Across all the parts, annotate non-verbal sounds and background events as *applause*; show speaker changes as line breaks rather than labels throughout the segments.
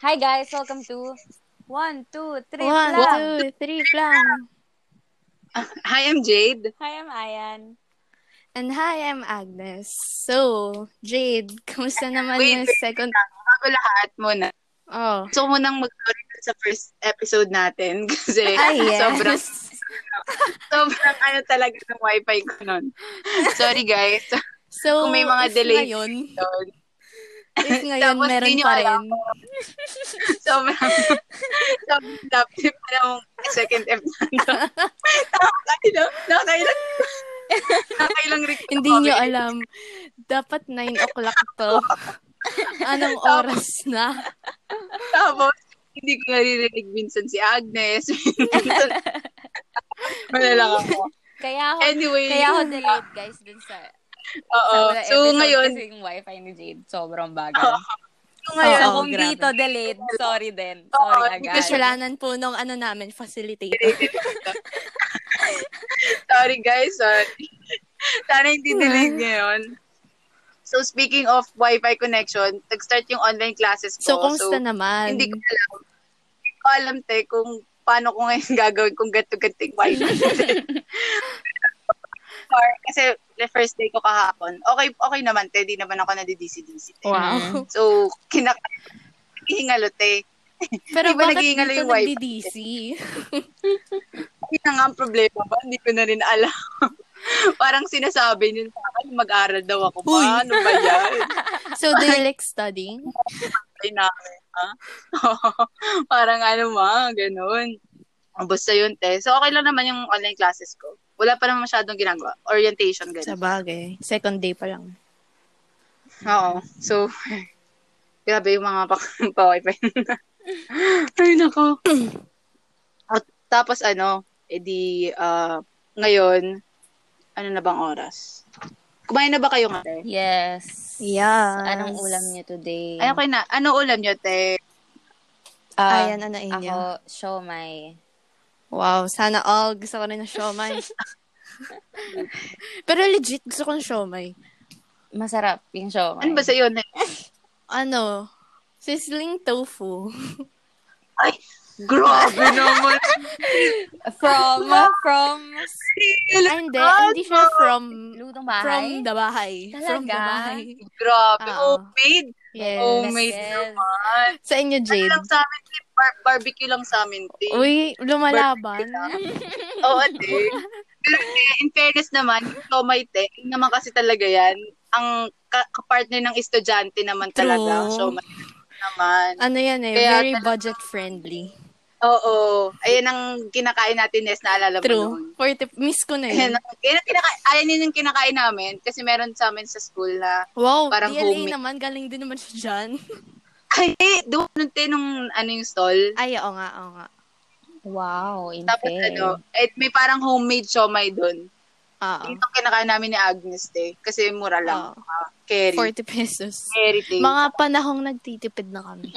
Hi guys, welcome to One, Two, Three.
One,
Plan.
two, three, plan.
Hi, I'm Jade.
Hi, I'm Ayan.
And hi, I'm Agnes. So, Jade, *laughs* kamusta naman
Wait,
yung
wait
second...
Bago lahat muna.
Oh.
Gusto ko munang mag-sorry dun sa first episode natin *laughs* kasi
Ah, yes.
sobrang, sobrang ano talaga ng wifi ko nun. Sorry guys. *laughs*
So,
Kung may mga
if
delays.
Ngayon,
Yun. *laughs*
if ngayon
Tapos,
meron
di nyo
pa
alam
rin.
sobrang, sobrang dapit pa ng second episode. Nakakailang, nakakailang, nakakailang recovery.
Hindi nyo alam. Dapat 9 o'clock
*laughs*
to. Anong oras na?
Tapos, hindi ko naririnig minsan si Agnes. *laughs* Minsan, malalang ako.
Kaya ako,
Anyway.
kaya ako delayed guys dun sa, sa
Oo.
wala
Oh, So,
episode
ngayon,
kasi yung wifi ni Jade sobrang bagal.
Oo. so ngayon,
so
Oo,
kung
grabe.
dito delayed, sorry din.
Oo,
Sorry
hindi ko
agad.
Kasalanan po nung ano namin, facilitator.
sorry guys,
*laughs*
sorry. Sana hindi delay ngayon. So, speaking of Wi-Fi connection, nag-start yung online classes ko.
So, kumusta naman?
Hindi ko alam. Hindi ko alam, te, kung paano ko ngayon *laughs* gagawin kung gato-gating
*laughs*
Wi-Fi. Or, kasi the first day ko kahapon, okay okay naman, te. Di naman ako nadidisi-disi, te.
Wow.
So, kinak... Hingalo, te.
Pero
Di ba
bakit
naging ingalo
dito
yung wifi?
nagdi-DC?
Yun na nga ang problema ba? Hindi ko na rin alam. *laughs* Parang sinasabi niyo sa akin, mag-aral daw ako.
Uy.
Paano ba yan?
So, do you like
*laughs*
studying?
Ay, namin, ha? *laughs* Parang ano ma, ganun. Basta yun, te. So, okay lang naman yung online classes ko. Wala pa naman masyadong ginagawa. Orientation,
Sa
ganun.
bagay. Second day pa lang.
Oo. So, *laughs* grabe yung mga pak- *laughs* pa-wifi. Ay, nako. At, tapos ano, edi, ah, ngayon, ano na bang oras? Kumain na ba kayo nga, te?
Yes.
Yes.
Anong ulam niyo today?
Ano kayo na? Ano ulam nyo, te?
Ah,
Ayan, ano inyo?
Ako, show my...
Wow, sana all. Gusto ko rin ng siomay. *laughs* Pero legit, gusto ko ng siomay.
Masarap yung show my.
Ano ba sa'yo? Nay?
Ano? Sizzling *laughs* tofu.
Ay, *laughs* grabe naman.
From, from...
Ay, Ah, hindi. Hindi siya Oh, from,
Lutong
from
bahay?
the bahay. From the
Talaga?
bahay. Oh
grabe,
Oo.
homemade.
Yes.
Homemade
Yes.
naman.
Sa inyo,
Ano
Jade.
lang sa amin, te? Bar- barbecue lang sa amin, te.
Uy, lumalaban. *laughs*
Oo, te. Pero te, in fairness naman, yung Tomay, te, yun naman kasi talaga yan, ang ka- kapartner ng estudyante naman
True.
talaga. So, naman.
Ano yan eh,
Kaya
very
talaga-
budget-friendly.
Oo. Ayan ang kinakain natin, Nes, naalala mo noon.
True. 40, miss ko na yun.
Ayan ang ayan ang kinaka- ayan yun yung kinakain namin kasi meron sa amin sa school na
Wow,
Parang
DLA
homemade.
naman. Galing din naman siya dyan.
ay, doon nung te, nung ano yung stall.
*laughs* Ay, oo nga, oo nga.
Wow, in
Tapos
fair.
ano, eh, may parang homemade siomay doon.
Oo.
Ito ang kinakain namin ni Agnes, te. Kasi mura lang.
Oo.
Ah, carry.
40 pesos.
Carry, te.
Oh. Mga panahong nagtitipid na kami.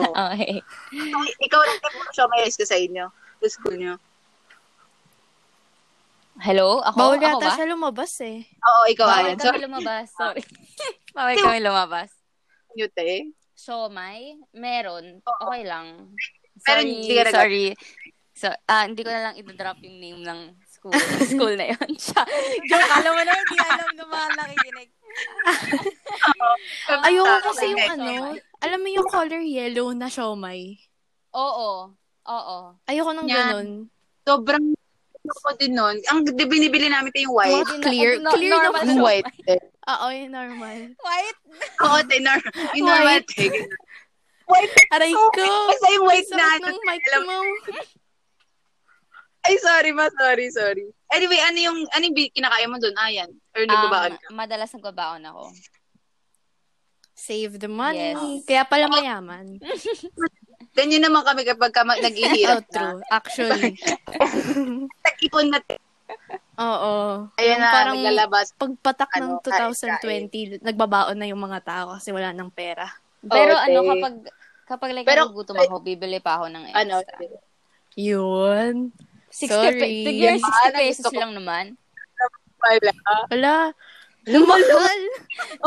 Oo.
Okay.
Ay, ikaw lang din mo siya may ka sa inyo. Sa school niyo.
Hello? Ako?
Bawal
ako
yata
ba?
siya lumabas eh.
Oo, ikaw
Bawal
ayan.
kami
Sorry Ah.
lumabas. Sorry. *laughs* Bawal kami lumabas.
niyo, te.
Siomay? Meron. Okay lang.
Pero
Sorry,
hindi ka nag-
sorry. So, ah, hindi ko na lang idodrop yung name ng school. *laughs* school na yun. Siya. Joke, alam mo na, hindi alam ng mga nakikinig.
Ayoko
Tama,
kasi yung
Ah, okay.
ano, alam mo yung color yellow na siomay.
Oo. Oo.
Ayoko nang
Yan.
ganun.
Sobrang ako din nun. Ang di- binibili namin ito yung
Mga *laughs*
white.
clear,
Ano,
clear na
normal
Yung white, te.
Oo, yung normal.
White?
Oo, te. Nor- yung normal,
White.
te. White.
Aray
Oh,
ko!
Basta yung white na.
Sakit
ano,
ng mic
alam-
mo.
Ay, sorry ma. Sorry, sorry. Anyway, ano yung, ano yung bi- kinakain mo doon? Ayan.
Ah.
Or nagbabaon
Um,
ka?
madalas nagbabaon ako.
Save the money.
Yes.
Kaya pala mayaman.
Ganyan naman kami kapag ka
*laughs*
ma-
Oh,
naghihirap na.
true. Actually.
Nag-ipon na. te.
Oo.
Ayan
Yung
na,
parang
naglalabas.
pagpatak ng
Ano, kain,
2020, nagbabaon na yung mga tao kasi wala ng pera.
Pero
Oo,
ano,
te.
kapag, kapag like,
Oh, Pero-
nagugutom ako, bibili pa ako ng extra.
Ano, te.
Yun.
60
Sorry.
Pe- tigyan 60
Mahal,
pesos
gusto ko.
lang naman.
Wala.
Wala. Lumahal.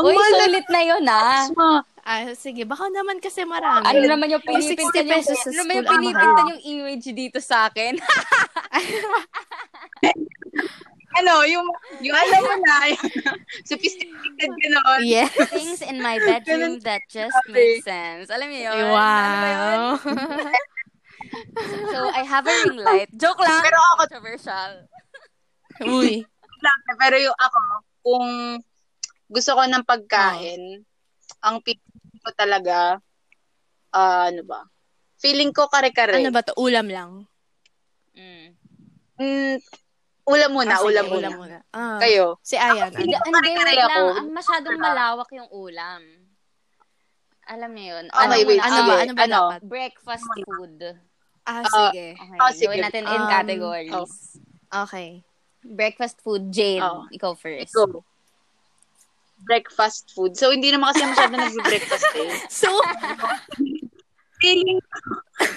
Ang
Uy,
mahal na
sulit na yun ah.
Asma.
Ah, sige, baka naman kasi marami.
Ano naman yung
Yung 60
pinipinta yung,
pesos sa
ano naman yung
school, ah,
pinipinta yung image dito sa akin?
Ano, yung, yung alam mo na, yung sophisticated ka noon.
Yes.
Things in my bedroom that just
Grabe.
make sense. Alam niyo yun? Ano ba yun?
Wow.
So, I have a ring light. Joke lang.
Pero ako
controversial.
Uy.
lang, pero yung ako, kung gusto ko ng
Oh.
pagkain, ang feeling ko talaga, ah, ano ba, feeling ko kare-kare.
Ano ba to? Ulam lang.
Mm.
Mm, ulam
Ah,
muna,
sige,
ulam muna.
ulam muna. Ah.
Kayo.
Si Ayan.
Hindi,
Hindi,
hindi,
kare-kare
wait
ako.
lang. Ang masyadong malawak yung ulam. Alam niyo yun?
Okay,
Ano
Oh, wait,
muna?
ano
sige.
ba? Ano ba
Ano?
dapat?
Breakfast food.
Ah,
Ah,
sige.
Okay,
Oh, sige.
gawin natin in
Um,
categories.
oh.
Okay.
Breakfast food, Jane.
Oh.
Ikaw first.
Go. Breakfast food. So, hindi naman kasi masyado nag-breakfast
*laughs*
eh.
So,
Feeling,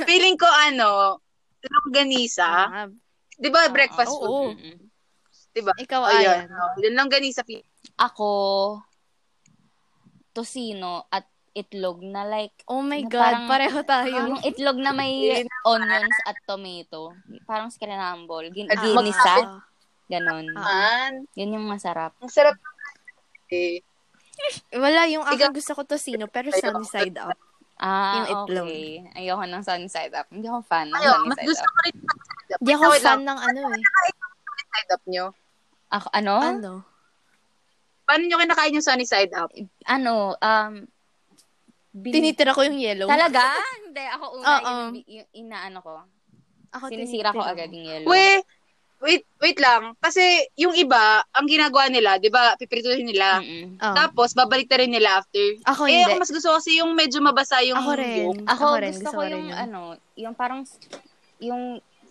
feeling ko ano, longganisa.
ah,
Di ba breakfast
oo.
Oh,
food?
Mm-mm.
Di ba?
ikaw, Ayan.
Ayun. Oh, yung longganisa. feeling
Ako, tosino at itlog na like,
Oh my
Na
God,
Ano, parang-
pareho tayo.
yung itlog na may onions at tomato. Parang scramble. Gin-
At
ginisa. Ganon.
Ah. Man,
Yun yung masarap.
ang sarap eh.
Ah, Wala, yung
Ikaw-
ako gusto ko tosino, pero sunny side up.
Ah,
Yung itlog.
okay. Ayoko ng sunny side up. Hindi ako fan ng
Ayun,
sunny
mas
side
gusto
up.
ko rin yung side up.
Di ako
Wait lang,
fan ng ano eh.
side up nyo.
Ako, ano?
Ano?
Paano nyo kinakain yung sunny side up?
Ano? Um, bin-
Tinitira ko yung yellow.
Talaga? Hindi, ako una.
Oo. Oh,
Yung, yung, inaano ko.
Ako
Sinisira ko
tinitira.
agad yung yellow.
We, wait, wait lang. Kasi yung iba, ang ginagawa nila, di ba, pipirituhin nila. Ah.
Mm-mm.
Oo.
Tapos, babalik na rin nila after.
Mm. Ako
eh,
hindi.
ako mas gusto kasi yung medyo mabasa yung
Ako rin.
yolk.
Ako,
Ako rin,
gusto
gusto
ko
ko rin
yung,
yun.
ano, yung parang, yung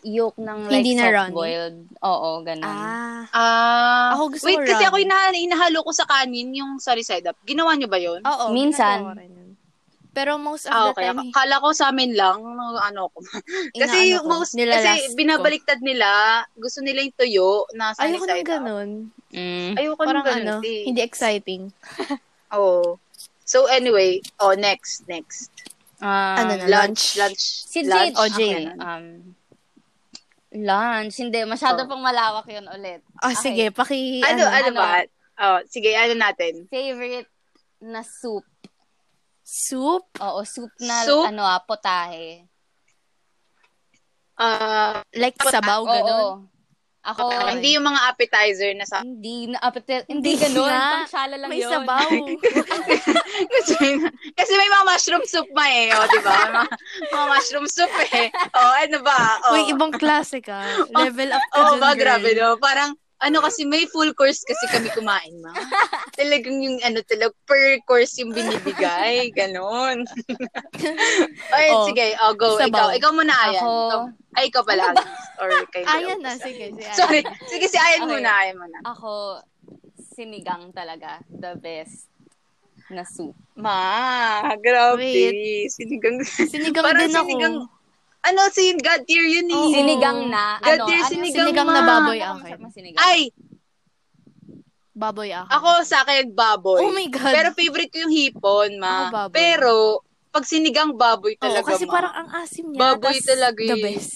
yolk ng like
Hindi na runny?
soft-boiled. Oo, ganun.
Ah.
Ah,
Ako gusto
wait,
ko
kasi
runny.
ako inahalo, inahalo ko sa kanin yung sunny side up. Ginawa nyo ba yun?
Oo.
Minsan.
ginagawa ko rin yun. Pero most of
Ah,
the
okay.
time,
Ak- Akala ko sa amin lang, ano ko. Kasi
inaano
yung
ko,
most,
nilalast
kasi
ko.
binabaliktad nila, gusto nila yung tuyo na sunny
Ayoko
side
nang ganun.
Mm.
up. Ayoko
Parang
nung ganun.
ano,
eh.
hindi exciting.
Oh. So anyway, oh next, next.
Um,
Ano na?
Lunch,
Lunch.
lunch.
Si
lunch.
Jade.
ano,
O, Jade.
Okay, um, lunch. Hindi, masyado
Oh.
pang malawak yun ulit.
Ah,
Okay.
sige, paki,
Ano, ano,
ano?
ba? Oh, sige, ano natin?
Favorite na soup.
soup?
Oo, soup na,
Soup?
ano ah, potahe.
Ah,
Like sabaw,
Oo.
Oh, ganun?
Ako,
ah,
hindi,
hindi yung mga appetizer na sa...
hindi, na, apete, hindi ganun.
nga.
Pangsala lang
May
yun.
*laughs*
sabaw.
*laughs* kasi, kasi may mga mushroom soup ma eh, oh, di ba? May Mga, mga mushroom soup eh. Oh, ano ba? Oh,
Uy, ibang klase
*laughs*
ka. Level up ka
oh,
dyan,
ba,
girl.
grabe no? Parang, ano kasi may full course kasi kami kumain
*laughs*
ma. Talagang yung ano talag per course yung
*laughs*
binibigay, ganun. Ay,
Oh,
sige, oh, go. Ikaw,
sabaw.
ikaw muna ayan.
Ako-
Ikaw, ay, ikaw pala. Agnes. Or kay
Ano Ayan Ah, na, sige. sige. Ah,
Sorry. Sige, si Ayan
Okay.
muna. Ayan muna.
Ako, sinigang talaga. The best na soup.
Ma, Ah, grabe.
Wait.
Sinigang.
Sinigang
*laughs* Parang
din ako.
sinigang- Ano, sin God tier yun eh.
Oo.
Sinigang na,
God,
ano,
dear,
ano,
sinigang
Sinigang na
ma.
baboy
Ano
akin.
masarap na sinigang?
Ay,
Baboy ako.
ako sa akin baboy.
Oh my God.
Pero favorite ko yung hipon, ma.
Ako baboy.
Pero, pag sinigang baboy
Oo,
talaga,
kasi
ma.
parang ang asim niya.
Baboy
tas
talaga
The
eh.
best.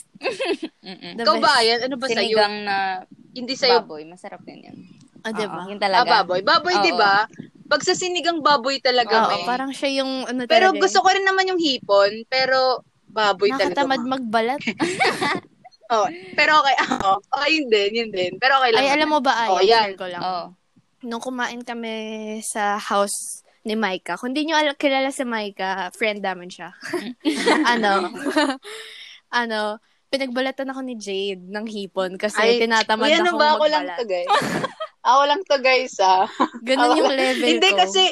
Mm-mm.
The
Ikaw
best.
ba, Ayan? Ano ba sa'yo?
Sinigang na
Hindi sa'yo.
baboy. Masarap din yun.
Ah, diba?
Oo, yun
Ah,
talaga.
baboy. Baboy,
Oo.
di ba? Pag sa sinigang baboy talaga,
Oo,
may.
parang siya yung ano
Pero
talaga.
gusto ko rin naman yung hipon, pero baboy talaga.
Nakatamad
ma.
magbalat.
Oh, pero okay. *laughs* Oh, okay, yun din, yun din. Pero okay lang.
Ay, alam mo ba, Ayan?
Oh, yan.
Share ko lang.
Oo.
Nung kumain kami sa house ni Micah, kung di nyo al- kilala si Micah, friend namin siya.
Mm.
*laughs*
*laughs*
ano, ano, pinagbalatan ako ni Jade ng hipon kasi tinatamad
uy, ano
akong
ba ako lang
magbalat.
to, guys? ako lang to, guys, ah.
Ganun
Ako
yung
lang-
level
*laughs* Hindi
ko.
kasi,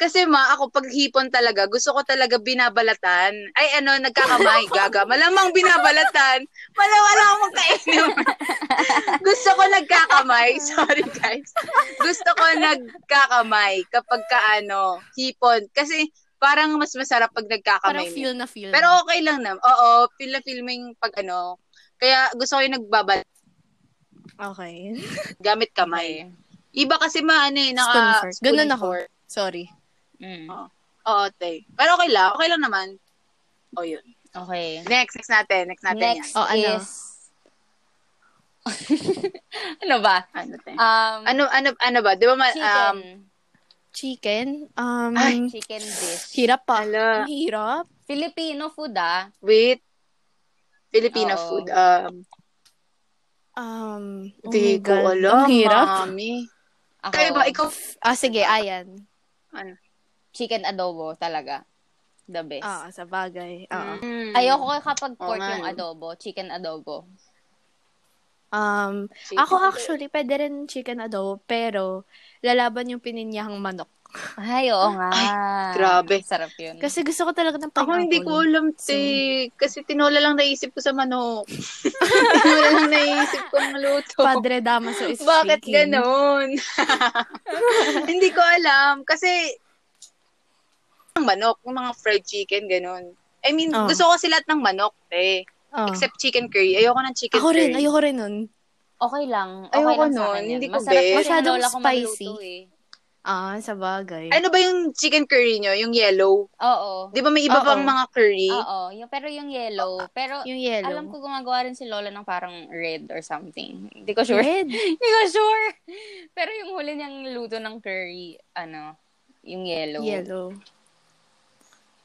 kasi ma, ako pag hipon talaga, gusto ko talaga binabalatan. Ay, ano, nagkakamay,
*laughs*
gaga. Malamang binabalatan. Malamang wala akong kainin.
*laughs*
gusto ko nagkakamay. Sorry, guys. Gusto ko nagkakamay kapag ka, ano, hipon. Kasi, parang mas masarap pag
Parang
nagkakamay. mo.
feel na feel.
Pero
na.
okay lang na. Oo, feel na feel mo yung pag ano. Kaya gusto ko yung nagbabal
okay.
gamit kamay. Iba kasi ma ano eh, naka
Spoon fork. Ganun
spoon
ako.
fork.
Sorry.
Mm.
Oo. Oo, te. Pero okay lang. Okay lang naman. O, yun.
Okay.
Next, next natin. Next natin
Next
yan.
Oh, ano?
is... *laughs* ano ba?
Ano, te?
Um,
Ano, ano, ano ba? Di ba, ma-
chicken.
um,
Chicken? Um,
Ay,
chicken dish.
hirap pa.
Ala.
Ang hirap.
Filipino food ah.
wait. Filipino
Oo.
food. Um,
Um, oh
di
my
ko
God.
alam, ah.
Ang hirap.
mami.
Ako,
Kayo ba, ikaw,
Ah, sige, ayan.
ano?
chicken adobo talaga. The best.
Ah, sa bagay. Oo.
Mm.
Ayoko kapag
Oo
pork
nga, eh.
yung
no?
adobo. Chicken adobo.
Um,
Chicken
ako
adobo.
actually, pwede rin chicken adobo, pero lalaban yung pininyahang manok.
Ay, oo nga.
grabe.
Sarap yun.
Kasi gusto ko talaga ng
Mm. Ako
pineapple.
hindi ko alam, te. Kasi tinola lang naisip ko sa manok. tinola lang naisip ko maluto.
Padre Damaso
*laughs*
is
Bakit
speaking.
ganon? *laughs* hindi ko alam. Kasi, ang manok, yung mga fried chicken, ganon. I mean,
Oh.
gusto ko kasi lahat ng manok, te.
Oh.
Except chicken curry. Ayoko ng chicken
ako rin,
curry.
ayoko rin nun.
okay lang. Okay
Ayoko
lang sa
nun,
akin yun.
hindi ko
Masarap
bet.
kasi
Masyadong
lola ko
spicy.
magluto eh.
Ah, sa bagay.
Ano ba yung chicken curry nyo? Yung yellow?
Oo.
Di ba may iba
Oo.
pang mga curry?
Oo. Yung, pero yung yellow. Pero
Yung yellow.
alam ko gumagawa rin si Lola ng parang red or something. Hindi ko sure.
Red.
*laughs* Hindi ko sure. Pero yung huli niyang luto ng curry, ano, yung yellow.
Yellow.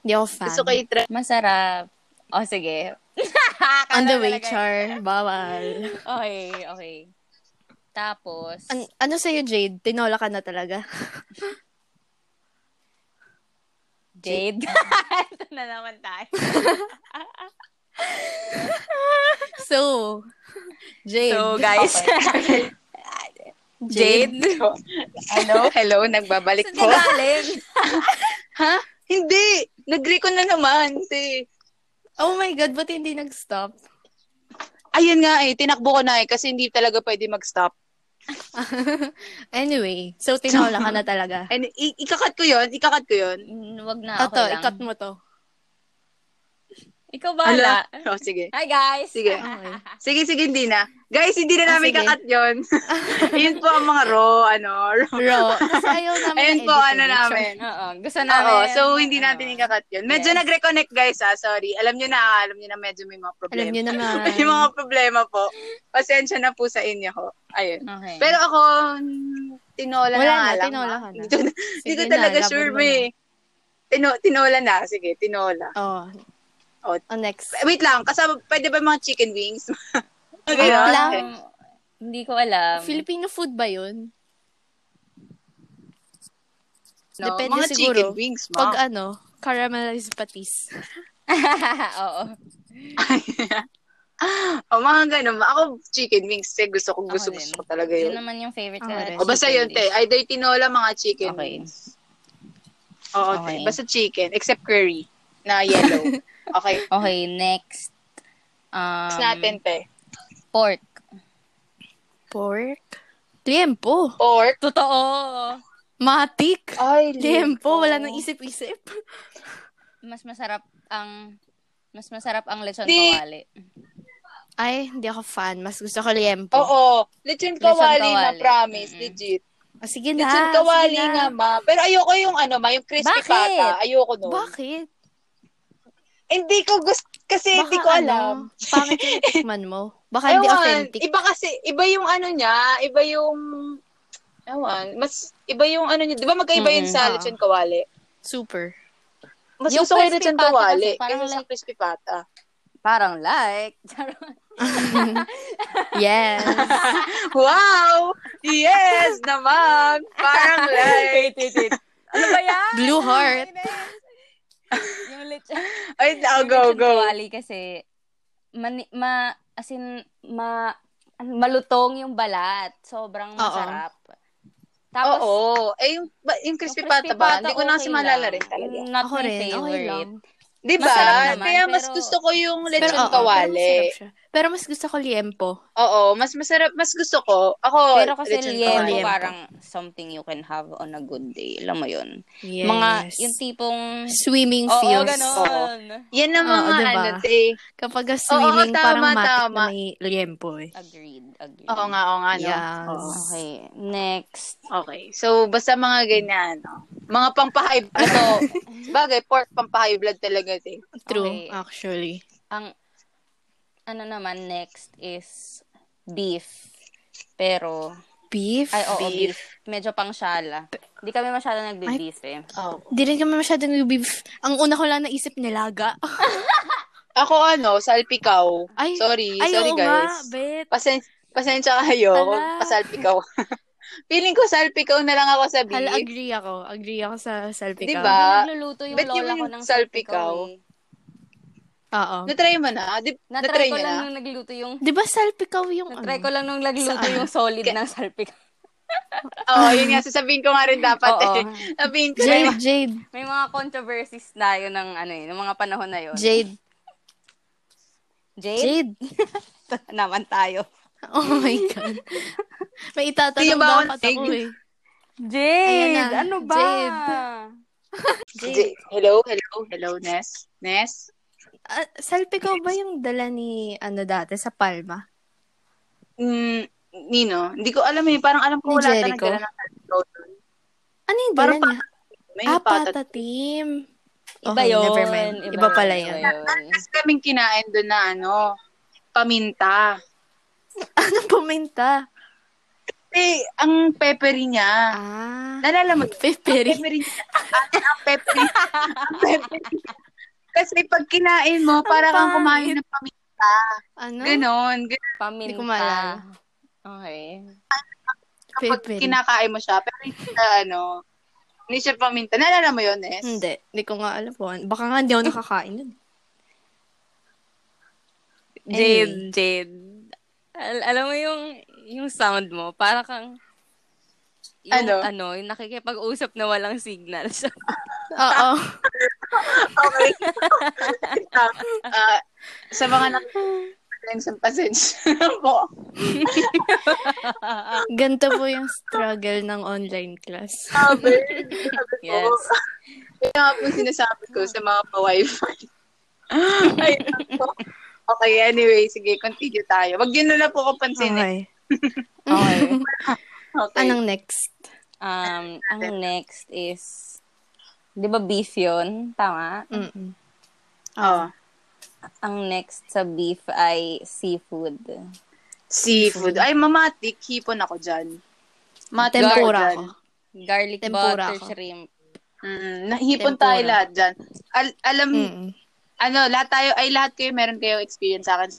Hindi ako fan.
Gusto ko i-try.
Masarap. O, oh, sige.
On
Akala
the way,
talaga-
Char. Bawal.
Okay, okay. Tapos,
An- ano sa'yo, Jade? Tinola ka na
*laughs*
talaga.
Jade. *laughs* Ito na naman tayo.
So, Jade.
So, guys. *laughs* Jade.
Hello? *laughs* Hello? Nagbabalik
Saan
po?
ka galing?
Ha? Hindi! Nag-recon na naman, te.
*laughs* Oh my God, ba't hindi nag-stop?
Ayun nga eh, tinakbo ko na eh, kasi hindi talaga pwede mag-stop.
Anyway, so tinola ka na talaga.
And i- ikakat ko yon ikakat ko yon
Mm, Wag na,
Ah,
Ato,
okay lang.
ikat mo to.
Ikaw bahala.
*laughs* Oh, sige.
Hi, guys. *laughs*
Sige.
Okay.
Sige, sige, hindi na. Guys, hindi na
Ah,
namin
sige.
kakat
*laughs*
yon Yun po ang mga raw, ano, raw.
Raw. *laughs* Kasi ayaw namin
Ayun po,
i-edit
ano
yun, Char.
namin.
Oo, gusto
Ano
namin.
Oo, so hindi natin
ano,
ikakat yun. Medyo
Yes.
nag-reconnect, guys, ah. Sorry. Alam nyo na, alam nyo na medyo may mga problema.
Alam nyo naman.
*laughs* may mga problema po. Pasensya na po sa inyo ho. Ayun.
Okay.
Pero ako, mm, tinola
Wala
na, nga
na,
lang.
tinola
ah.
ka na.
Hindi ko, hindi ko
Sige na,
talaga
laban
sure,
mo
may. Tino, tinola na. Sige, tinola.
Oh.
Oh.
Oh, next.
Wait lang, kasama, pwede ba mga chicken wings? *laughs*
Wait
okay, okay.
lang.
hindi ko
Um,
alam.
Filipino food ba yun?
No,
Depende
mga
siguro.
chicken wings, ma.
ah,
Pag ano, caramelized patis.
*laughs* Oo.
o, mga ganun. ma. Ako, chicken wings. Eh, gusto ko,
Ako
gusto,
din.
gusto ko talaga
Yun
yun.
naman yung favorite ko.
Ako
na
rin.
rin,
O, basta
chicken
yun, te.
dish.
Either tinola, mga chicken
Okay.
wings. Oo,
Okay.
te. Basta chicken. Except curry na yellow.
*laughs*
okay.
Okay, next. Um,
Next natin, te.
Pork.
Pork? Liempo.
Pork.
Totoo.
Matik. Oh,
Ay,
Liempo. Wala
liempo.
nang isip-isip.
Mas masarap ang mas masarap ang lechon
Di-
kawali.
Ay, hindi ako fan. Mas gusto ko liempo.
Oo. Lechon kawali na,
kawali.
promise.
Mm-mm.
Legit.
Ah, sige na.
Lechon
sige
kawali
na.
nga, ma. Pero ayoko yung ano, ma, yung crispy
Bakit?
pata. Ayoko nun.
Bakit?
Hindi ko gusto, kasi Eh, hindi ko alam.
Ano, pangit yung tikman mo. Baka hindi
Ewan,
authentic.
Iba kasi, iba yung ano niya, iba yung, ewan, mas, iba yung ano niya, di ba magkaiba yun
Mm-mm. Ah.
sa
Oo.
lechon kawali?
Super.
Mas
Yung
gusto ko yung
crispy
lechon
pata kasi
kawali,
parang
kaysa sa
like-
crispy pata.
Parang like.
Yes.
wow!
*laughs*
Yes naman! Parang like,
*laughs* wait, wait, wait. Ano ba yan?
Blue heart.
yung lechon.
ay, oh,
yung
go,
lechon
go.
kawali kasi mani, ma as in ma ano, malutong yung balat. Sobrang
Oo.
masarap. Tapos
Oo. Eh, yung, ba- yung
yung
crispy, pata ba? Hindi ko na kasi
okay
maalala
lang. Mm,
rin talaga.
Not
ako
my
rin. Okay
favorite.
lang.
Di ba?
Masarap naman,
Kaya mas
pero-
gusto ko yung
Pero, oo,
lechon
Pero,
kawali.
masarap siya. pero mas gusto ko liempo.
Oo, mas masarap, mas gusto ko. Ako,
Pero kasi
lechon
liempo,
kawali.
Liempo.
parang something you can have on a good day. Alam mo yun?
Yes.
Mga, yung tipong...
swimming
Oo,
feels.
ganon.
Yan ang
Oo,
mga
diba?
ano, te.
Kapag swimming,
tama,
parang matik
tama.
na may liempo eh.
Agreed, agreed.
Oo nga, oo nga, no?
Yes.
Oo.
Okay, next.
Okay. So, basta mga ganyan, no? Mga pampahay, ano, bagay, pork pampahay blood talaga, eh.
True,
Okay.
actually.
Ang, ano naman, next is beef. Pero,
Beef?
ay, oo, beef. Medyo pangshala. Hindi kami masyado nagbe-beef eh.
Oh.
Di rin kami masyadong beef. Ang una ko lang naisip, nilaga.
Ako, ano, salpikaw.
Ay, *laughs*
sorry,
Ay,
sorry
oo
guys.
nga, bet.
Pasen- pasensya kayo kung
Hala.
pasalpikaw. *laughs* Feeling ko salpikaw na lang ako sa beef.
Hala, agree ako. Agree ako sa salpikaw.
Diba? Ah,
Nagluluto yung
ba't
lola
yung
ko ng
salpikaw?
salpikaw. eh.
Oo.
Natry mo na? Di-
Natry
natry
ko
niya
lang
na?
nung nagluto yung
Di ba salpikaw yung
Natry ko
ano?
lang nung nagluto yung solid ng salpikaw.
Oo, yun nga. Sasabihin ko nga rin dapat
Oo.
eh. Sabihin ko na
Jade, Jade,
May mga controversies na yun ng ano yun, ng mga panahon na yun.
Jade,
Jade?
*laughs*
Jade.
naman tayo.
Oh my
*laughs*
God. May itatanong
Di ba ako
dapat ako
nag-
eh. Ayan
Jade!
na,
Ano ba?
Jade.
J- Hello, hello, hello, Ness. Ness?
Ah, salpikaw ba yung dala ni ano dati sa Palma?
Mm, Nino? Hindi ko alam eh. Parang alam
Ni
ko wala ka
Jericho?
nagdala ng salpikaw. doon.
Ano yung dala
Parang
niya?
May
Ah,
patat.
patatim.
Iba
Okay,
yun.
never mind. Iba pala
yun,
yun.
iba yun.
Kasi kaming kinain doon na ano, paminta.
Ano puminta?
Eh, ang peppery niya.
Ah.
Nalala mo, *laughs*
Peperi.
peppery niya. Ate, ang peppery.
*laughs*
ang peppery niya. Kasi pag kinain mo, para
pangit.
kang kumain ng paminta.
Ano?
Ganon. Ganon
Paminta.
Hindi ko maalala.
Okay.
kapag
Peppery.
kinakain mo siya. Pero hindi siya, ano, hindi siya paminta. Nalala mo yun, Ness?
Hindi. Hindi ko nga alam po. Baka nga hindi ako nakakain nun.
Jade,
Anyway.
Jade. Al- alam mo yung yung sound mo, para kang yung
Ano?
ano, yung nakikipag-usap na walang signal. *laughs* So,
*laughs*
Oo.
Okay. Ah, sa mga
*laughs*
nakikinig sa pasensya *laughs* po.
Ganto po yung struggle ng online class.
Sabi, sabi ko,
Yes.
yun nga po yung sinasabi ko sa mga pa-wifi. *laughs* Ayun po. okay, anyway, sige, continue tayo. Wag yun na lang po ko pansinin.
Okay.
*laughs* okay.
Okay.
Anong next?
Um, ang next is, di ba beef yun? Tama?
Mm-mm.
Oh,
Ang next sa beef ay seafood.
seafood. Ay, mamatik, hipon ako dyan. Matik ako
Tempura
dyan.
ko.
Garlic
Tempura
butter
ako.
shrimp.
Mm, nahipon tayo
Tempura. Mm.
lahat dyan. Al- alam,
Mm-mm.
ano, lahat tayo, ay lahat kayo meron kayo experience sa akin.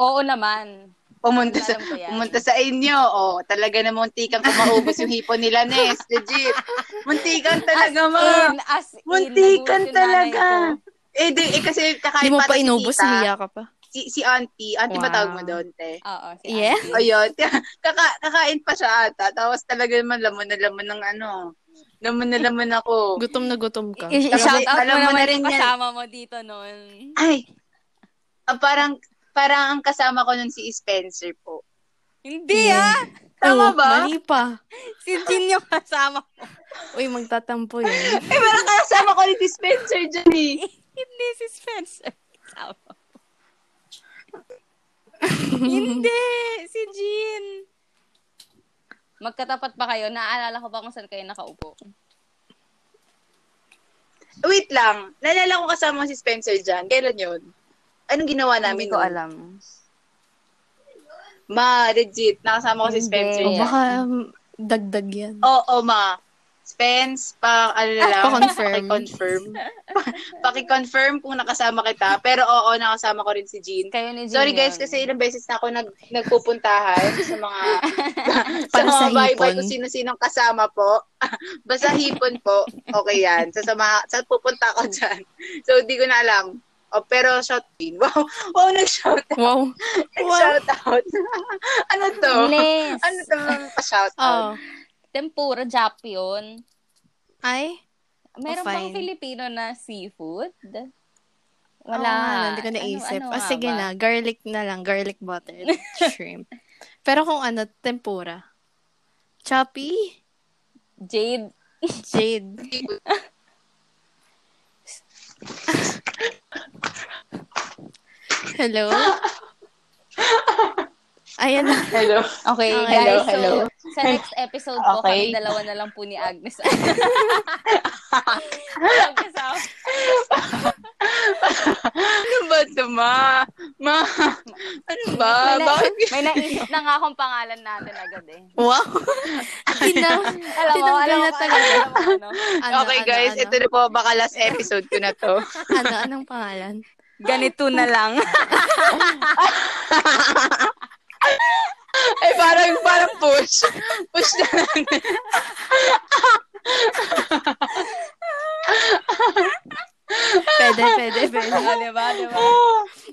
Oo naman.
Pumunta sa,
Alam ko yan.
pumunta sa inyo, oh, talaga na muntikan kung maubos yung hipon nila, Nes. Legit. Muntikan talaga, ma.
In, as in, nagulat yung
Muntikan talaga.
nanay ko.
Eh, di, eh, kasi
Di
kakain
mo
pata
pa
si
inubos,
tita.
umiya ka pa.
Si, si auntie. Auntie
Wow.
ba tawag mo doon, te?
Oo. Si
Yeah?
auntie.
O yun. *laughs* Kaka, kakain pa siya ata. Tapos talaga naman laman na laman ng ano. Laman na laman ako.
Gutom na gutom ka.
I-
Kasi
Shout out mo
alam mo
naman
na rin
yung
yan.
kasama mo dito noon.
Ay. Ah, parang, parang ang kasama ko nun si Spencer po.
Hindi ah!
Oh,
Tama ba?
Mali pa.
Si Jin yung kasama mo.
Uy, magtatampo yun.
Eh, parang kasama ko ni si Spencer dyan eh.
Hindi si Spencer. Kasama mo. Hindi! Si Jin! Magkatapat pa kayo. Naaalala ko ba kung saan kayo nakaupo?
Wait lang. Nalala ko kasama ko si Spencer dyan. Kailan yun? Anong ginawa namin? nun?
alam.
Ma, legit. Nakasama ko si
Hindi.
Spencer
O
Yeah.
dyan.
baka um, dagdag yan.
Oo, ma. Spence, pa, ano na lang.
Pa-confirm.
Paki-confirm. Pa- Paki-confirm kung nakasama kita. Pero oo, nakasama ko rin si Jean.
Kayo ni Jin
Sorry guys,
yun.
kasi ilang beses na ako nag, nagpupuntahan sa mga
*laughs*
sa
Para sa
mga bye-bye
hipon.
kung sino-sinong kasama po. *laughs* Basta hipon po. Okay yan. Sa, sa, mga- sa pupunta ko dyan. So, di ko na alam. O, pero shout out. Wow, wow, nag-shout out.
Wow.
Nag-shout out. *laughs* ano to?
Bless.
Ano to mga pa-shout out?
*laughs* Oh.
Tempura, Jap yun.
Ay?
Meron
Oh, fine.
bang Filipino na seafood?
Wala.
Wala.
hindi ko naisip.
Ano- ano
Ah,
nga
sige
ba?
na. Garlic na lang. Garlic butter.
*laughs*
shrimp. Pero kung ano, tempura. Choppy?
Jade.
Jade. *laughs* Hello? Ayan na.
Hello.
Okay,
Okay,
guys.
hello,
So, sa next episode po,
Okay.
kami dalawa na lang po ni Agnes. *laughs* Magkasama.
Ano ba ito, ma? Ma, ano ba?
May na-
Bakit?
May naisip na nga akong pangalan natin agad eh. *laughs*
Wow. Tina,
Alam mo, alam mo,
na talaga.
alam mo, ano?
Ano,
okay,
ano,
guys.
ano?
Ito na po, baka last episode ko na to. *laughs*
Ano, anong pangalan?
Ganito na lang.
Ay, parang, parang push. Push na lang.
Pwede, pwede, pwede.
Ah, diba, diba?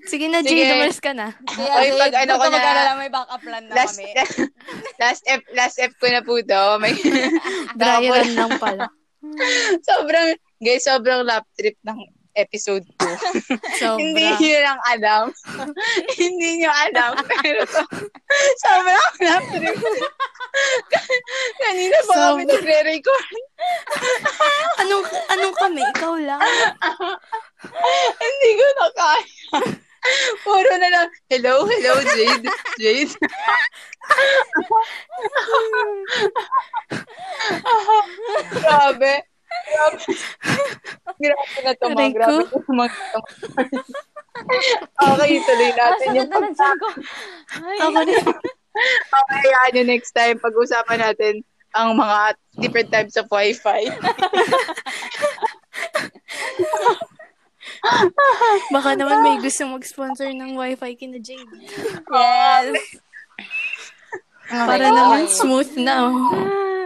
Sige na, Jay,
Sige.
dumalis ka
*laughs*
na.
Kaya,
Oy,
Jade,
pag ano
huwag ka
ko na-
mag-alala, may backup plan na
last,
kami.
*laughs* last F, last F ko na po to. May, *laughs*
Dry
Tapos-
run lang
*laughs*
pala.
sobrang, guys, sobrang lap trip ng episode ko.
Sobra.
Hindi nyo lang alam. *laughs* Hindi nyo alam. *laughs* Pero sobrang lap trip. *laughs* Kanina pa
Sobra.
kami nagre-record.
Anong, anong kami? Ikaw lang.
Hindi ko na kaya. Puro na lang, hello, hello, Jade. Jade. grabe. Grabe. Grabe na to, ma.
Aray ko.
Grabe na to, ma. okay, tuloy
Ah, sakit
natin yung
na lang siya ko.
Ako rin.
pagkakayaan nyo next time. Pag-usapan natin ang mga different types of wifi.
Baka naman may gusto mag-sponsor ng wifi kina Jade.
Yes.
Para
Okay.
naman smooth na. oh.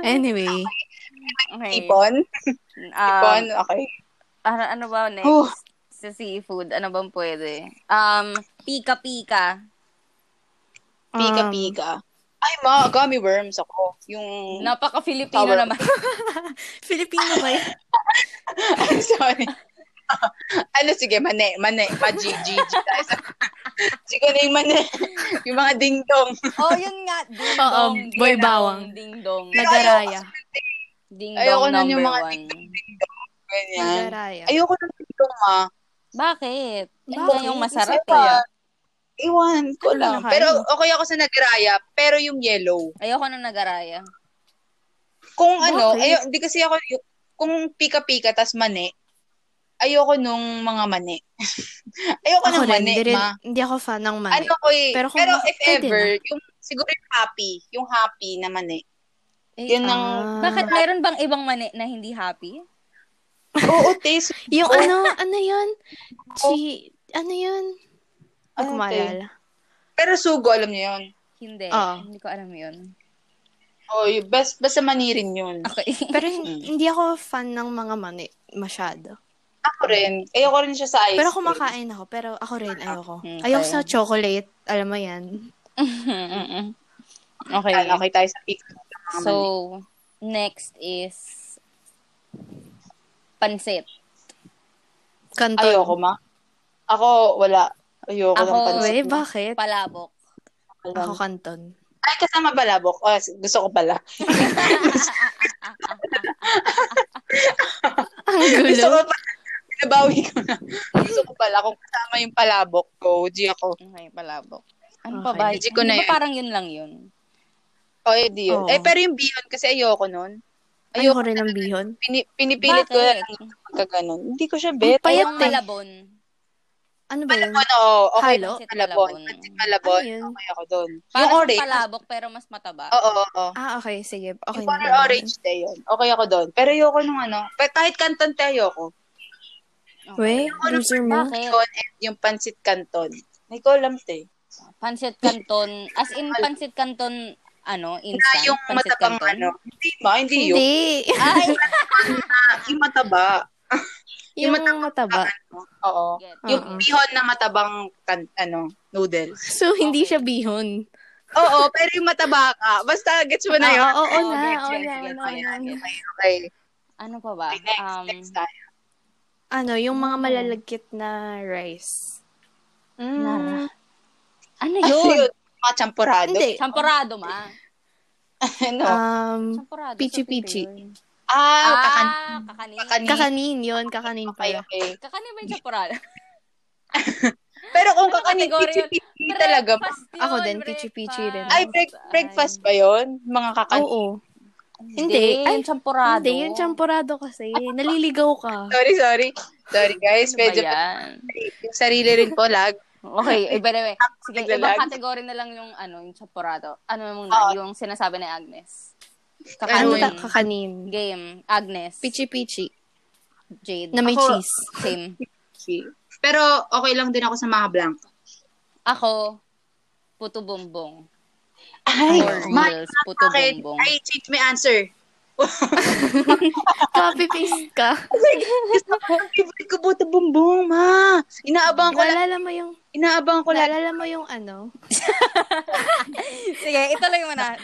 Anyway.
Okay.
Ipon?
Um,
Ipon? Okay.
ano, ano ba next?
Oh.
Sa seafood, ano bang pwede? Um, pika-pika.
um,
Pika-pika. Ay, ma, gummy worms ako. Yung...
Napaka-Filipino
Sour.
naman.
Filipino ba yun?
I'm *laughs* sorry. *laughs* ano, sige, mane, mane, ma-gigi. *laughs* Sige na yung mane. *laughs* Yung mga ding-dong.
oh, yun nga. Ding
Oo,
dong.
boy
ding
bawang.
dong, Ding dong.
Nagaraya.
Ding
Ayoko
dong
nun
number
yung mga
one.
ding-dong. Ganyan.
Nagaraya.
Ayoko ng ding-dong, ma.
Bakit? Yun
Bakit?
nga yung masarap
Isa
kaya.
Iwan ko
eh. Ano
lang.
nakain?
Pero okay ako sa nagraya, pero yung yellow.
Ayoko nung nagaraya.
Kung ano,
Bakit?
ayo, hindi kasi ako, y- kung pika-pika tas mani, ayoko nung mga mani. *laughs* ayoko
Ako
ng
rin,
mani,
hindi, rin-
ma.
hindi ako fan ng mani.
Ano ko eh,
Pero
pero,
kung bakit,
if
pwede
ever, yung, siguro yung happy, yung happy na mani.
*laughs*
Eh,
Yun ang,
Ah.
Bakit meron bang ibang mani na hindi happy?
oo, taste.
Yung ano, ano yun?
Oh.
Chi, ano yun? Hindi ko
Ano,
maalala.
Pero sugo, alam niyo yun.
Hindi.
Oo.
Hindi ko alam yun.
Oh, yung best, basta mani rin yun.
Okay. *laughs*
Pero
Mm.
hin- hindi ako fan ng mga mani masyado.
Ako rin. Ayoko rin siya sa ice.
Pero
cream. Ah,
kumakain ako, pero ako rin ayoko.
Okay.
Ayoko sa chocolate, alam mo yan.
okay.
Yan, okay tayo sa pika.
So, next is pansit.
Kanton.
Ayoko, ma. Ako, wala. Ayoko
Ako,
ng pansit.
Eh, bakit?
Palabok.
Ako kanton. *laughs*
Ay, kasama balabok. Oh, gusto ko pala. *laughs*
Ang
Gusto ko
gulo.
pala. Pinabawi ko na. Gusto ko pala. Kung kasama yung palabok ko, G ako.
Okay, palabok. Ano pa
Okay.
ba?
Medyo ko na
Di ba
yun.
parang yun lang yun.
O, oh, edi
Oo.
yun. Eh, pero yung bihon, kasi ayoko nun.
Ayoko
Ayoko.
rin ng bihon.
Pini- pinipilit ko na
Bakit?
lang magkaganon. Hindi ko siya bet.
Ang payat
Ayong
eh.
malabon.
Ano ba yun?
Malabon, oo. oh. Okay,
Halo?
Pansit malabon.
Malabon.
Pansit malabon.
Ano yun?
Okay ako dun. Yung
Parang
orange. Oh.
palabok pero mas mataba.
Oo, oo, oo.
Ah, okay. Sige. Okay.
yung
na
color
yun.
orange na yun. Okay ako doon. Pero ayoko nung ano. Pero kahit kantante ayoko.
We, loser mo.
Bakit?
Yun, and yung pansit kanton. Hindi ko alam, te.
Pancit Canton. As in, Pancit Canton, ano,
Na
instant.
yung
pancit
matabang
canton?
ano. Hindi ma, hindi yun.
Hindi.
*laughs*
Ay!
Ah, yung mataba.
*laughs* Yung
Yung
mataba.
Oo.
Get.
Ah.
Yung
Oo.
bihon na matabang kan, ano, noodles.
So, hindi siya bihon.
Oo, pero yung mataba ka. Basta, gets mo na
Ah,
yun.
Oo,
Oh,
oo na. ano,
gets,
Oo
gets,
na.
gets,
oo na,
gets,
oo na.
gets.
Okay.
Ano pa ba?
Ah,
Okay, next,
Um,
next tayo.
Ano, yung mga
Mm.
malalagkit na rice.
Nara. Ano
Ano
yun?
yun? Mga champurado?
Hindi.
Champorado ma.
*laughs* ano?
Um,
Champorado.
Pichi
sa Pipi
Pichi.
yun.
ah, kakan
Ah, kakanin.
kakanin.
kakanin yun. Kakanin
Okay,
pala.
*laughs* okay.
Kakanin ba yung champorado?
Pero kung
Ano
kakanin,
kategorya yun?
pichi-pichi talaga. ba?
Breakfast
Ako
yun,
din, pichi-pichi rin.
Ay, break, breakfast ba yun? Mga kakanin.
Oo.
Hindi,
Hindi. Ay,
yung champurado.
Hindi, yung champurado kasi. Naliligaw ka.
Sorry, sorry. Sorry
Ano
guys,
ba
medyo
yan?
yung sarili rin po lag.
Okay, eh, by the
*laughs*
way, sige,
Naglalag. Ah.
ibang category na lang yung ano, yung champurado. Ano muna,
Oo.
yung sinasabi ni Agnes.
Ano
Ano
Kakanin.
ta kakanin?
Game. Agnes.
Pichi-pichi.
Jade.
Na may
Ako-
cheese.
Same.
Okay. Pero okay lang din ako sa mga blank.
Ako, puto bumbong.
Ay,
Four meals, puto bumbong.
I change my answer.
Copy-paste ka.
*laughs* Favorite ko buta bumbong, ma. Inaabang ko lang,
Naalala mo yung,
inaabang ko lang.
naalala mo yung ano?
Sige, ito lang muna.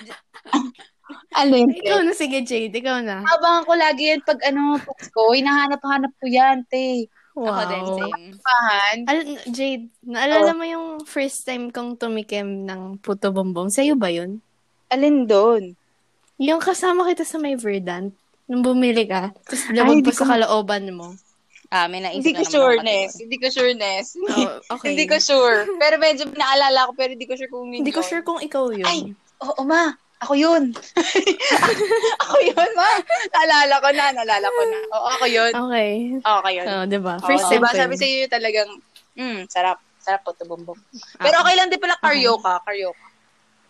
Alin?
Ikaw na, sige Jade, ikaw na.
Inaabang ko lagi yan pag ano, Pasko. Hinahanap-hanap ko yan, te.
Wow.
Ako din, same.
Pahan.
Al- Jade, naalala
Oh.
mo yung first time kong tumikim ng puto bombong? Sa'yo ba yun?
Alin doon?
Yung kasama kita sa may verdant, nung bumili ka, tapos labag
hindi
pa sa
ko-
kalooban
*laughs*
mo.
Ah, may naisip
Hindi
na
ko
naman
sure,
ako
Ness.
category.
Hindi ko sure, Ness. *laughs*
Oh, okay.
Hindi ko sure. Pero medyo naalala ko, pero hindi ko sure kung yun
Hindi ko
yun.
sure kung ikaw yun.
Ay! Oo, ma. Ako yun. *laughs* ako yun, ma. Naalala ko na, naalala ko na. Oo, ako yun.
Okay.
Oo, ako yun.
Oh, diba?
Oo,
First time
diba,
ko
sabi
yun.
sa iyo talagang, mm, sarap. Sarap po ito, bumbong.
Ah.
Pero okay lang din pala karaoke, karaoke.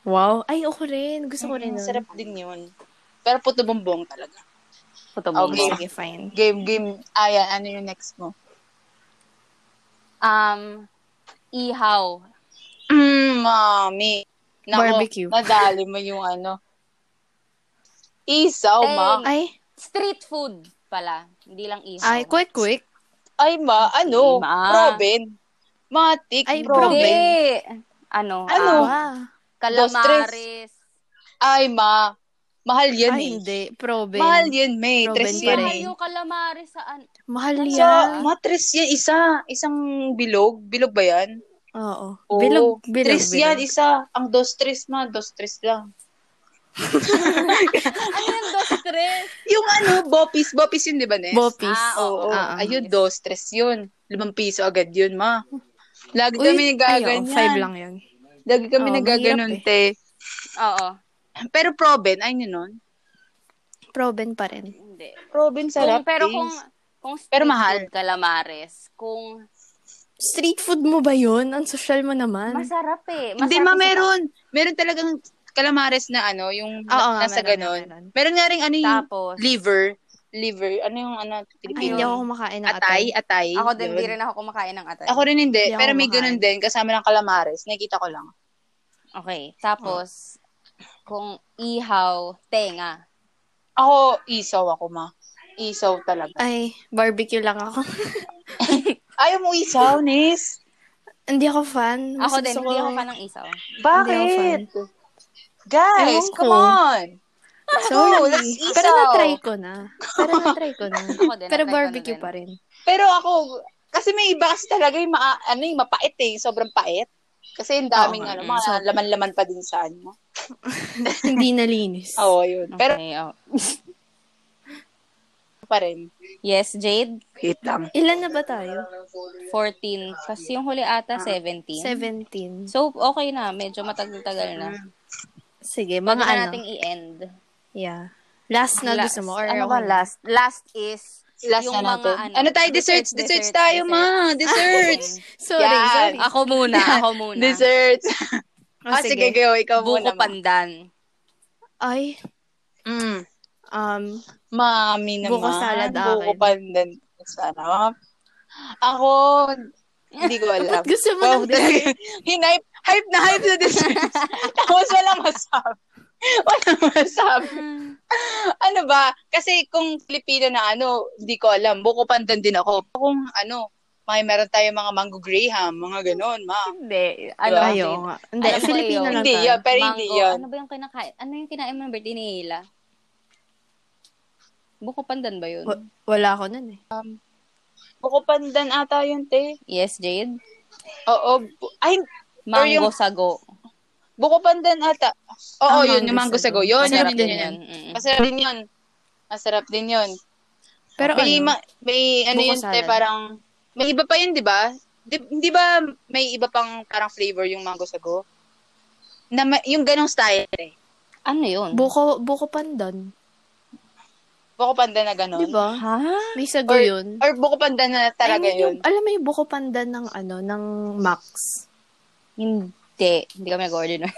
Wow. Ay, ako rin. Gusto ko rin.
Mm,
nun.
sarap din yun. Pero puto bumbong talaga.
eh. Puto
Oh,
bumbong.
Sige, fine.
Game, game. Ayan, ano yung next mo?
Um, ihaw.
Mm, mami. Nako,
Barbecue.
Nadali mo yung ano. Isaw,
Teng.
ma.
Ay,
Street food pala. Hindi lang ihaw.
ay,
ano
quick, quick.
Ay, ma, ano?
Hindi, ma.
Robin. Matik,
Ay,
Hindi.
Robin.
Ano?
Ano?
ah,
Ah,
calamares.
Ay, ma. Mahal yan
ay,
eh.
hindi. Probe.
Mahal yan, may.
Robin
Tres
Hindi
Hindi
yan
pala
eh.
yung calamares saan.
Mahal
Sa
yan.
matres yan, isa. Isang bilog. Bilog ba yan?
Oo.
Oo.
Bilog, bilog,
Tres yan,
bilog.
isa. Ang dos tres, ma. Dos tres lang.
Ano yung dos tres?
Yung ano, bopis. Bopis yun, di ba, Nes?
Bopis.
Ah,
oo.
Oo.
Ah, ah.
Ayun, dos tres yun. Limang piso agad yun, ma. Lagi
Uy, ay, oo,
kami
five
nagaganyan.
lang yan.
Lagi kami
Oo, eh.
nagaganon,
mahirap
te.
Oo.
Pero Proben, ayun yun nun.
Proben pa rin.
Hindi.
Proben,
Kung,
sarap.
pero
eh.
kung kung street
Pero mahal.
food calamares, kung
Street food mo ba yun? Ang social mo naman.
masarap eh. Masarap
Ano? Hindi, ma,
yung-
meron. Meron talagang calamares na ano, yung
Oo nga,
na- nasa
meron,
ganon.
meron.
Meron, nga rin ano yung
Tapos,
liver. Liver. Ano yung ano,
Ay,
Pilipino?
hindi ako kumakain ng
atay, atay.
ako din,
yun.
di rin ako kumakain ng atay.
Ako rin hindi.
Hindi ako
pero may
kumakain.
ganun din, kasama ng calamares. Nakikita ko lang.
Okay.
Oh.
Tapos, kung ihaw, tenga.
Ako, isaw ako, ma. Isaw talaga.
Ay, barbecue lang ako. *laughs*
Ayaw mo isaw, Nis?
hindi ako fan. Mas
Ako din,
gusto
hindi
ko-
eh.
ako fan ng isaw.
Hindi ako fan.
Bakit? Guys,
Ewan
come
ko.
on!
Sorry.
Go, let's isaw.
Pero na-try ko na.
*laughs*
Pero na-try ko na.
Ako din, na-try
Pero
ko na
barbecue
din.
pa rin.
Pero ako, kasi may iba kasi talaga yung, maa, ano, yung mapait eh, sobrang pait. Kasi yung daming
Oo nga,
ano,
mm,
mga
sobrang-
laman-laman pa din sa ano.
hindi nalinis.
Oo, yun. Pero
Okay, oh.
pa rin.
Yes, Jade,
Wait lang.
Ilan na ba tayo?
14. Kasi yung huli
Ah.
ata, 17.
17.
So, okay na. Medyo matagal-tagal na.
Sige,
Pwede
mga
na
ano.
nating i-end.
Yeah. Last na
Last-
gusto mo? Or
ano
ako
ba
na?
last? Last is
Last
yung
na
mga
natin.
ano.
Ano, tayo? Desserts. Desserts, tayo,
Ah,
ma. Desserts.
Sorry,
Yan.
sorry.
Ako muna, ako
*laughs*
muna.
Desserts.
Oh,
ah, sige, Geo, ikaw
Buko
muna. Ma.
pandan.
Ay,
Mm.
um,
Mami naman.
Buko salad
Buko
akin.
pandan. Sarap. Ako, hindi ko alam.
ba't gusto mo
Wow,
ng dessert?
talaga. Hinaype, hype na hype na *laughs* desserts. Tapos walang masabi. Walang masabi. Ano ba? Kasi kung Filipino na ano, hindi ko alam. Buko pandan din ako. Kung ano, may meron tayo mga mango graham, mga ganon, ma.
Hindi. Ano,
Diba?
Ayaw nga. Hindi,
Alam ko
Filipino
ayaw.
lang
Hindi,
tayo.
yeah, pero
Mango.
hindi yan.
Ano ba yung kinakain? Ano yung kinain mo ng birthday ni Hila? Buko pandan ba yun?
Wa- Wala ako nun eh.
Buko pandan ata yun, te.
Yes, Jade?
Oo. bu- Ay, Or
Mango
yung-
sago.
buko pandan ata.
Ah,
Oo,
mango
yun, yung mango
sago.
sago. Yun, yun,
Masarap
yun,
din
yun,
yun.
yun.
Mm.
Masarap din yun. Masarap din yun.
Pero
may,
ano?
ma- may ano
Buko
yun, te,
salad.
parang, may iba pa yun, di ba? Di, di ba may iba pang parang flavor yung mango sago? Na ma- yung ganong style eh.
Ano yun?
Buko, buko pandan.
Buko panda na ganon.
Di ba?
ha?
May sago
Or-
yun.
Or buko panda na talaga
I mean,
yun.
yung- alam mo yung buko pandan ng ano, ng Max.
Hindi. Hindi kami nag-order
*laughs*
nun.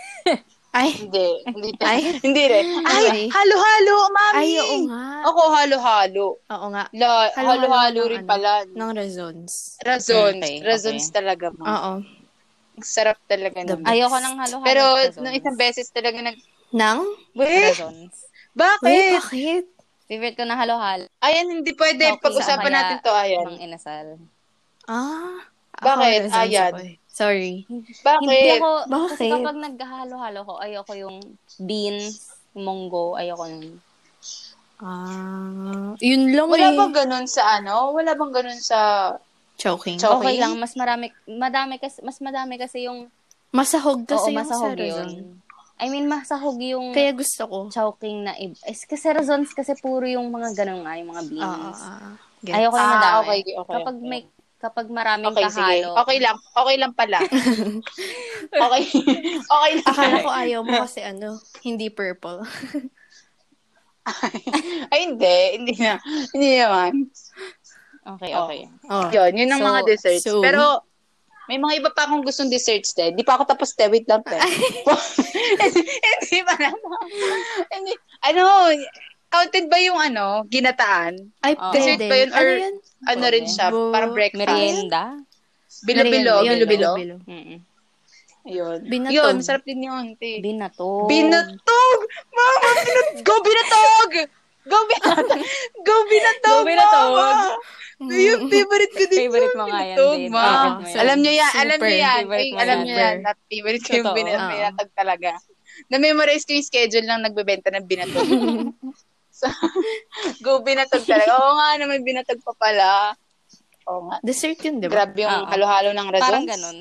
Ay,
Hindi. Hindi,
Ay.
*laughs* hindi rin.
Ay.
Ay, halo-halo, mami!
ay, oo nga.
Ako, halo-halo.
Oo nga.
La,
Halo-halo
halo-halo
ng
rin
ano.
pala.
Ng Razons.
Razons.
Okay, okay.
Razons talaga. Ma.
Oo.
Ang sarap
Ah.
talaga
The
nun.
best.
Ayoko ng halo-halo.
Pero,
Razons.
nung isang beses talaga nag...
Nang?
Weh,
Razons.
Wait,
bakit?
bakit?
Favorite ko na halo-halo.
Ayan, hindi pwede.
Okay,
Pag-usapan
kaya-
natin to, ayan.
Pang inasal.
Ah. ako,
Bakit?
Razons
Ayan.
ako eh. Sorry.
Hindi
Bakit?
ako, kasi
Bakit?
kapag naghahalo-halo ko, ayoko yung beans, munggo, ayoko nun.
Ah. Yun lang
Wala
eh.
bang ganun sa ano? Wala bang ganun sa...
Choking.
Choking.
Okay lang, mas marami, madami kasi, mas madami kasi yung,
Masahog
oo,
kasi yung sa
masahog
Razon.
yun. I mean, masahog yung
Kaya gusto ko.
chowking na iba. Is, kasi razons kasi puro yung mga ganun nga, yung mga
Oo. ah
beans.
ah.
Ayoko
*laughs*
yung
Ah,
madami.
okay, okay,
kapag
okay.
may, kapag maraming
Okay, sige.
kahalo.
Okay lang. Okay lang
*laughs*
pala. okay. *laughs* okay lang.
Akala ko ayaw mo kasi ano, hindi purple.
Ay, hindi. Hindi na. Hindi naman.
Okay,
Oh.
okay.
*laughs* Oh.
Yun, yun ang
So,
mga desserts.
so-
Pero, may mga iba pa akong gustong desserts, te. Di pa ako tapos, te. Wait
*laughs*
lang, te. Hindi pa naman. Hindi- Ano, counted ba yung ano, ginataan?
Ay,
Oo.
pwede.
Dessert ba yun
Ano
or-
yun?
Ano
Pwede.
rin siya?
Bu-
Parang breakfast.
Merienda?
Bilo-bilo.
Merienda. Yun,
Bilo-bilo.
bilo-bilo.
Mm-mm.
Yun.
Binatog.
Yun, masarap din yun, te.
Binatog.
Binatog! Mama, binat- go binatog! Go binatog! Go binatog,
Go binatog!
mama! Yung favorite ko din
Favorite
yun,
mo nga yan,
binatog,
babe.
ma.
Favorite
Oo.
mo yan.
Alam nyo yan, alam nyo
Super.
yan.
Favorite
Ay,
mo
alam
yan.
nyo yan, not favorite ko yung
Totoo. Ah.
bin-
Oo.
binatag talaga. Na-memorize ko yung schedule ng nagbebenta ng
*laughs*
binatog. so, go binatog talaga. Oo nga, naman binatog pa pala. Oo nga.
Dessert yun, di ba?
Grabe
Oo.
yung halo-halo ng razons.
Diba? Ah, Parang ganun.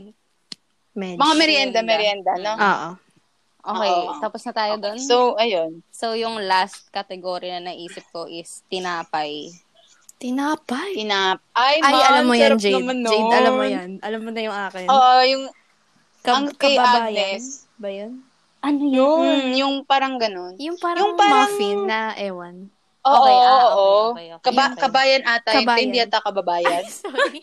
Medj.
Mga merienda,
Merienda.
merienda, no?
Oo.
Okay,
Oo.
tapos na tayo doon. So,
So, ayun.
yung last category na naisip ko is tinapay.
Tinapay.
Tinap. Ay,
Ay,
man,
alam mo yan,
sarap
Jade.
naman nun.
Jade, alam mo yan. Alam mo na yung akin.
Oo, yung,
Kab-
ang kay
kababayan
Agnes.
Ba yun?
Ano
yun, mm, yung parang ganun.
Yung parang,
Yung parang-
muffin na ewan. *laughs*
Oo,
Okay, ah, okay,
oo.
okay, okay,
Kaba-
okay.
Kabayan ata. yun.
Kabayan.
Hindi ata
*laughs*
kababayan.
Sorry.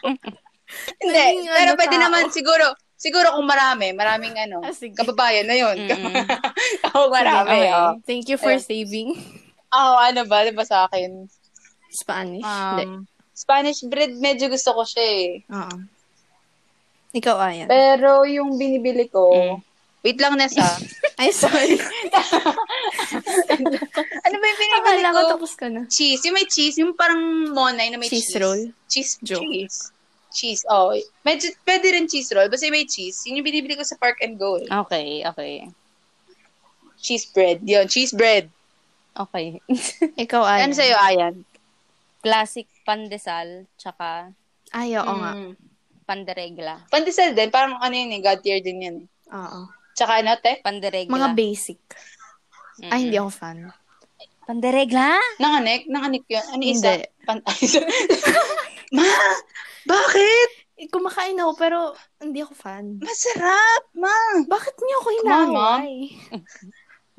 Hindi.
Naging
Pero
ano,
pwede
tao.
naman siguro, siguro kung marami, maraming ano,
Ah, sige.
kababayan na yun. *laughs*
Mm-mm.
Oo, marami.
Okay.
Oo,
Thank you for
Ayun.
saving. *laughs*
oh, ano ba? Diba sa akin?
Spanish. Hindi.
Um, Spanish bread, medyo gusto ko siya eh.
Oo. Ikaw, Ayan.
Pero yung binibili ko,
Mm.
wait lang,
*laughs*
Nessa.
Ay,
*laughs*
sorry.
ano ba yung binibili
Akala
ko?
ko tapos ka na.
Cheese. Yung may cheese, yung parang monay na may cheese.
Cheese roll?
Cheese.
Joke.
Cheese. Cheese. Oh, medyo, pwede rin cheese roll. Basta may cheese. Yun yung binibili ko sa Park and Go eh.
Okay, okay.
Cheese bread. Yun, cheese bread.
Okay.
*laughs*
*laughs*
Ikaw, Ayan.
Ano sa'yo, Ayan?
Classic pandesal, tsaka
Ay, oo nga.
Mm.
panderegla.
Pandesal din. Parang ano yun eh. God tier din yun eh.
Oo.
Tsaka ano, te?
Panderegla.
Mga basic.
Mm-mm.
Ay, hindi ako fan.
Panderegla?
Nanganik? Nanganik yun. Ano isa?
Hindi.
Pan- *laughs* Ma! Bakit?
Eh, kumakain ako, pero hindi ako fan.
Masarap, ma!
Bakit niyo ako
Come on,
hinaway?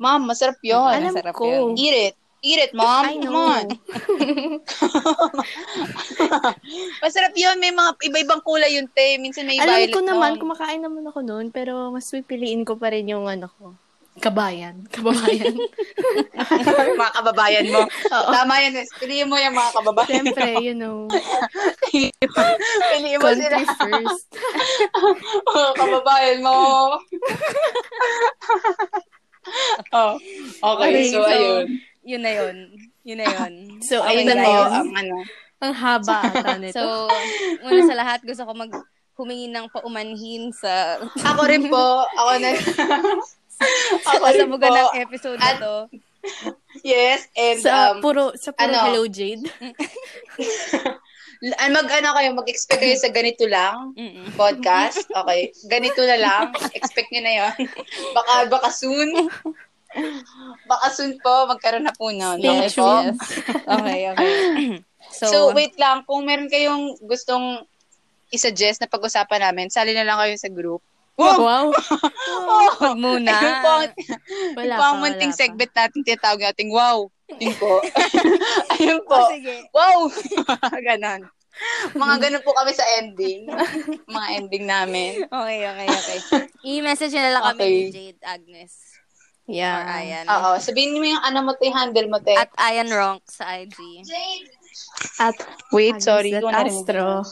Ma'am, masarap yun.
Alam
Masarap
ko.
yun.
Eat it. Eat it, mom.
I
Come on.
know.
Masarap yun. May mga iba-ibang kulay yun, te. Minsan may
Alam
violet.
ko naman,
nun. *laughs*
kumakain naman ako noon, pero mas pipiliin ko pa rin yung ano ko.
*laughs*
Kabayan. Kababayan.
mga kababayan mo.
Oo.
Tama yan. Nes. Piliin mo yung mga kababayan.
*laughs* Siyempre, you know.
Piliin mo sila.
Country first.
mga kababayan
*laughs*
mo. oh. Okay,
Okay,
so,
so,
ayun.
Yun na yun. Yun na
*laughs*
yun.
So, ayun
Ayun
na
po
yun.
ang ano.
Ang
*laughs*
haba ata nito.
So, una sa lahat, gusto ko mag humingi ng paumanhin sa
Ako rin po. Ako na.
*laughs*
sa
Ako rin
kasabugan
po.
ng episode na
At-
to.
Yes. And,
eh. sa
um,
puro, sa puro
ano?
hello,
*laughs*
Jade.
l- mag, ano kayo, mag-expect kayo sa ganito lang
Mm-mm.
podcast. Okay. Ganito na lang. Expect nyo na yon *laughs* Baka, baka soon. Baka soon po. Magkaroon na po nun.
Stay
*laughs* Okay po.
tuned.
*clears throat* Okay, okay.
So,
so, wait lang. Kung meron kayong gustong i-suggest na pag-usapan namin, sali na lang kayo sa group. Wow! *laughs*
wow.
Huwag muna.
Ayun po ang,
Wala
yun po ang
pa,
munting
wala pa.
segment natin tinatawag natin, wow! Yun
*laughs*
po. Ayun po.
Oh, sige.
Wow! *laughs* ganon. Mga ganon po kami sa
*laughs*
ending. Mga ending namin.
Okay, okay,
*laughs*
okay. I-message na lang kami
Okay. Ah,
ni Jade Agnes
Yeah.
or Ayan.
Oo, sabihin mo yung ano mo te, handle mo te.
At Ayan Ronk sa IG.
At
Wait,
Agnes
sorry.
at
ano ko narinig
Astro.
yun.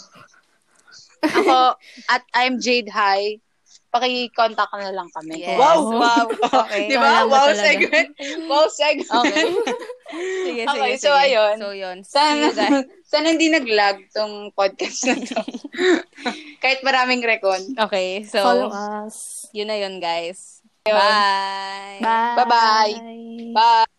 Ako, at I'm Jade High. Paki-contact na lang kami.
Yes.
Wow! *laughs*
Wow. Okay.
Di
Wala
ba? Wow
talaga.
segment. Wow *laughs* segment.
Okay. *laughs* Sige,
Okay,
sige,
so
sige.
ayun.
So, yun. See
Sana,
you guys.
sana hindi nag-lag tong podcast na *laughs* to. Kahit maraming recon.
*laughs* Okay, so,
Follow us.
yun na yun, guys.
Ayun.
Bye!
Bye.
Bye-bye. Bye!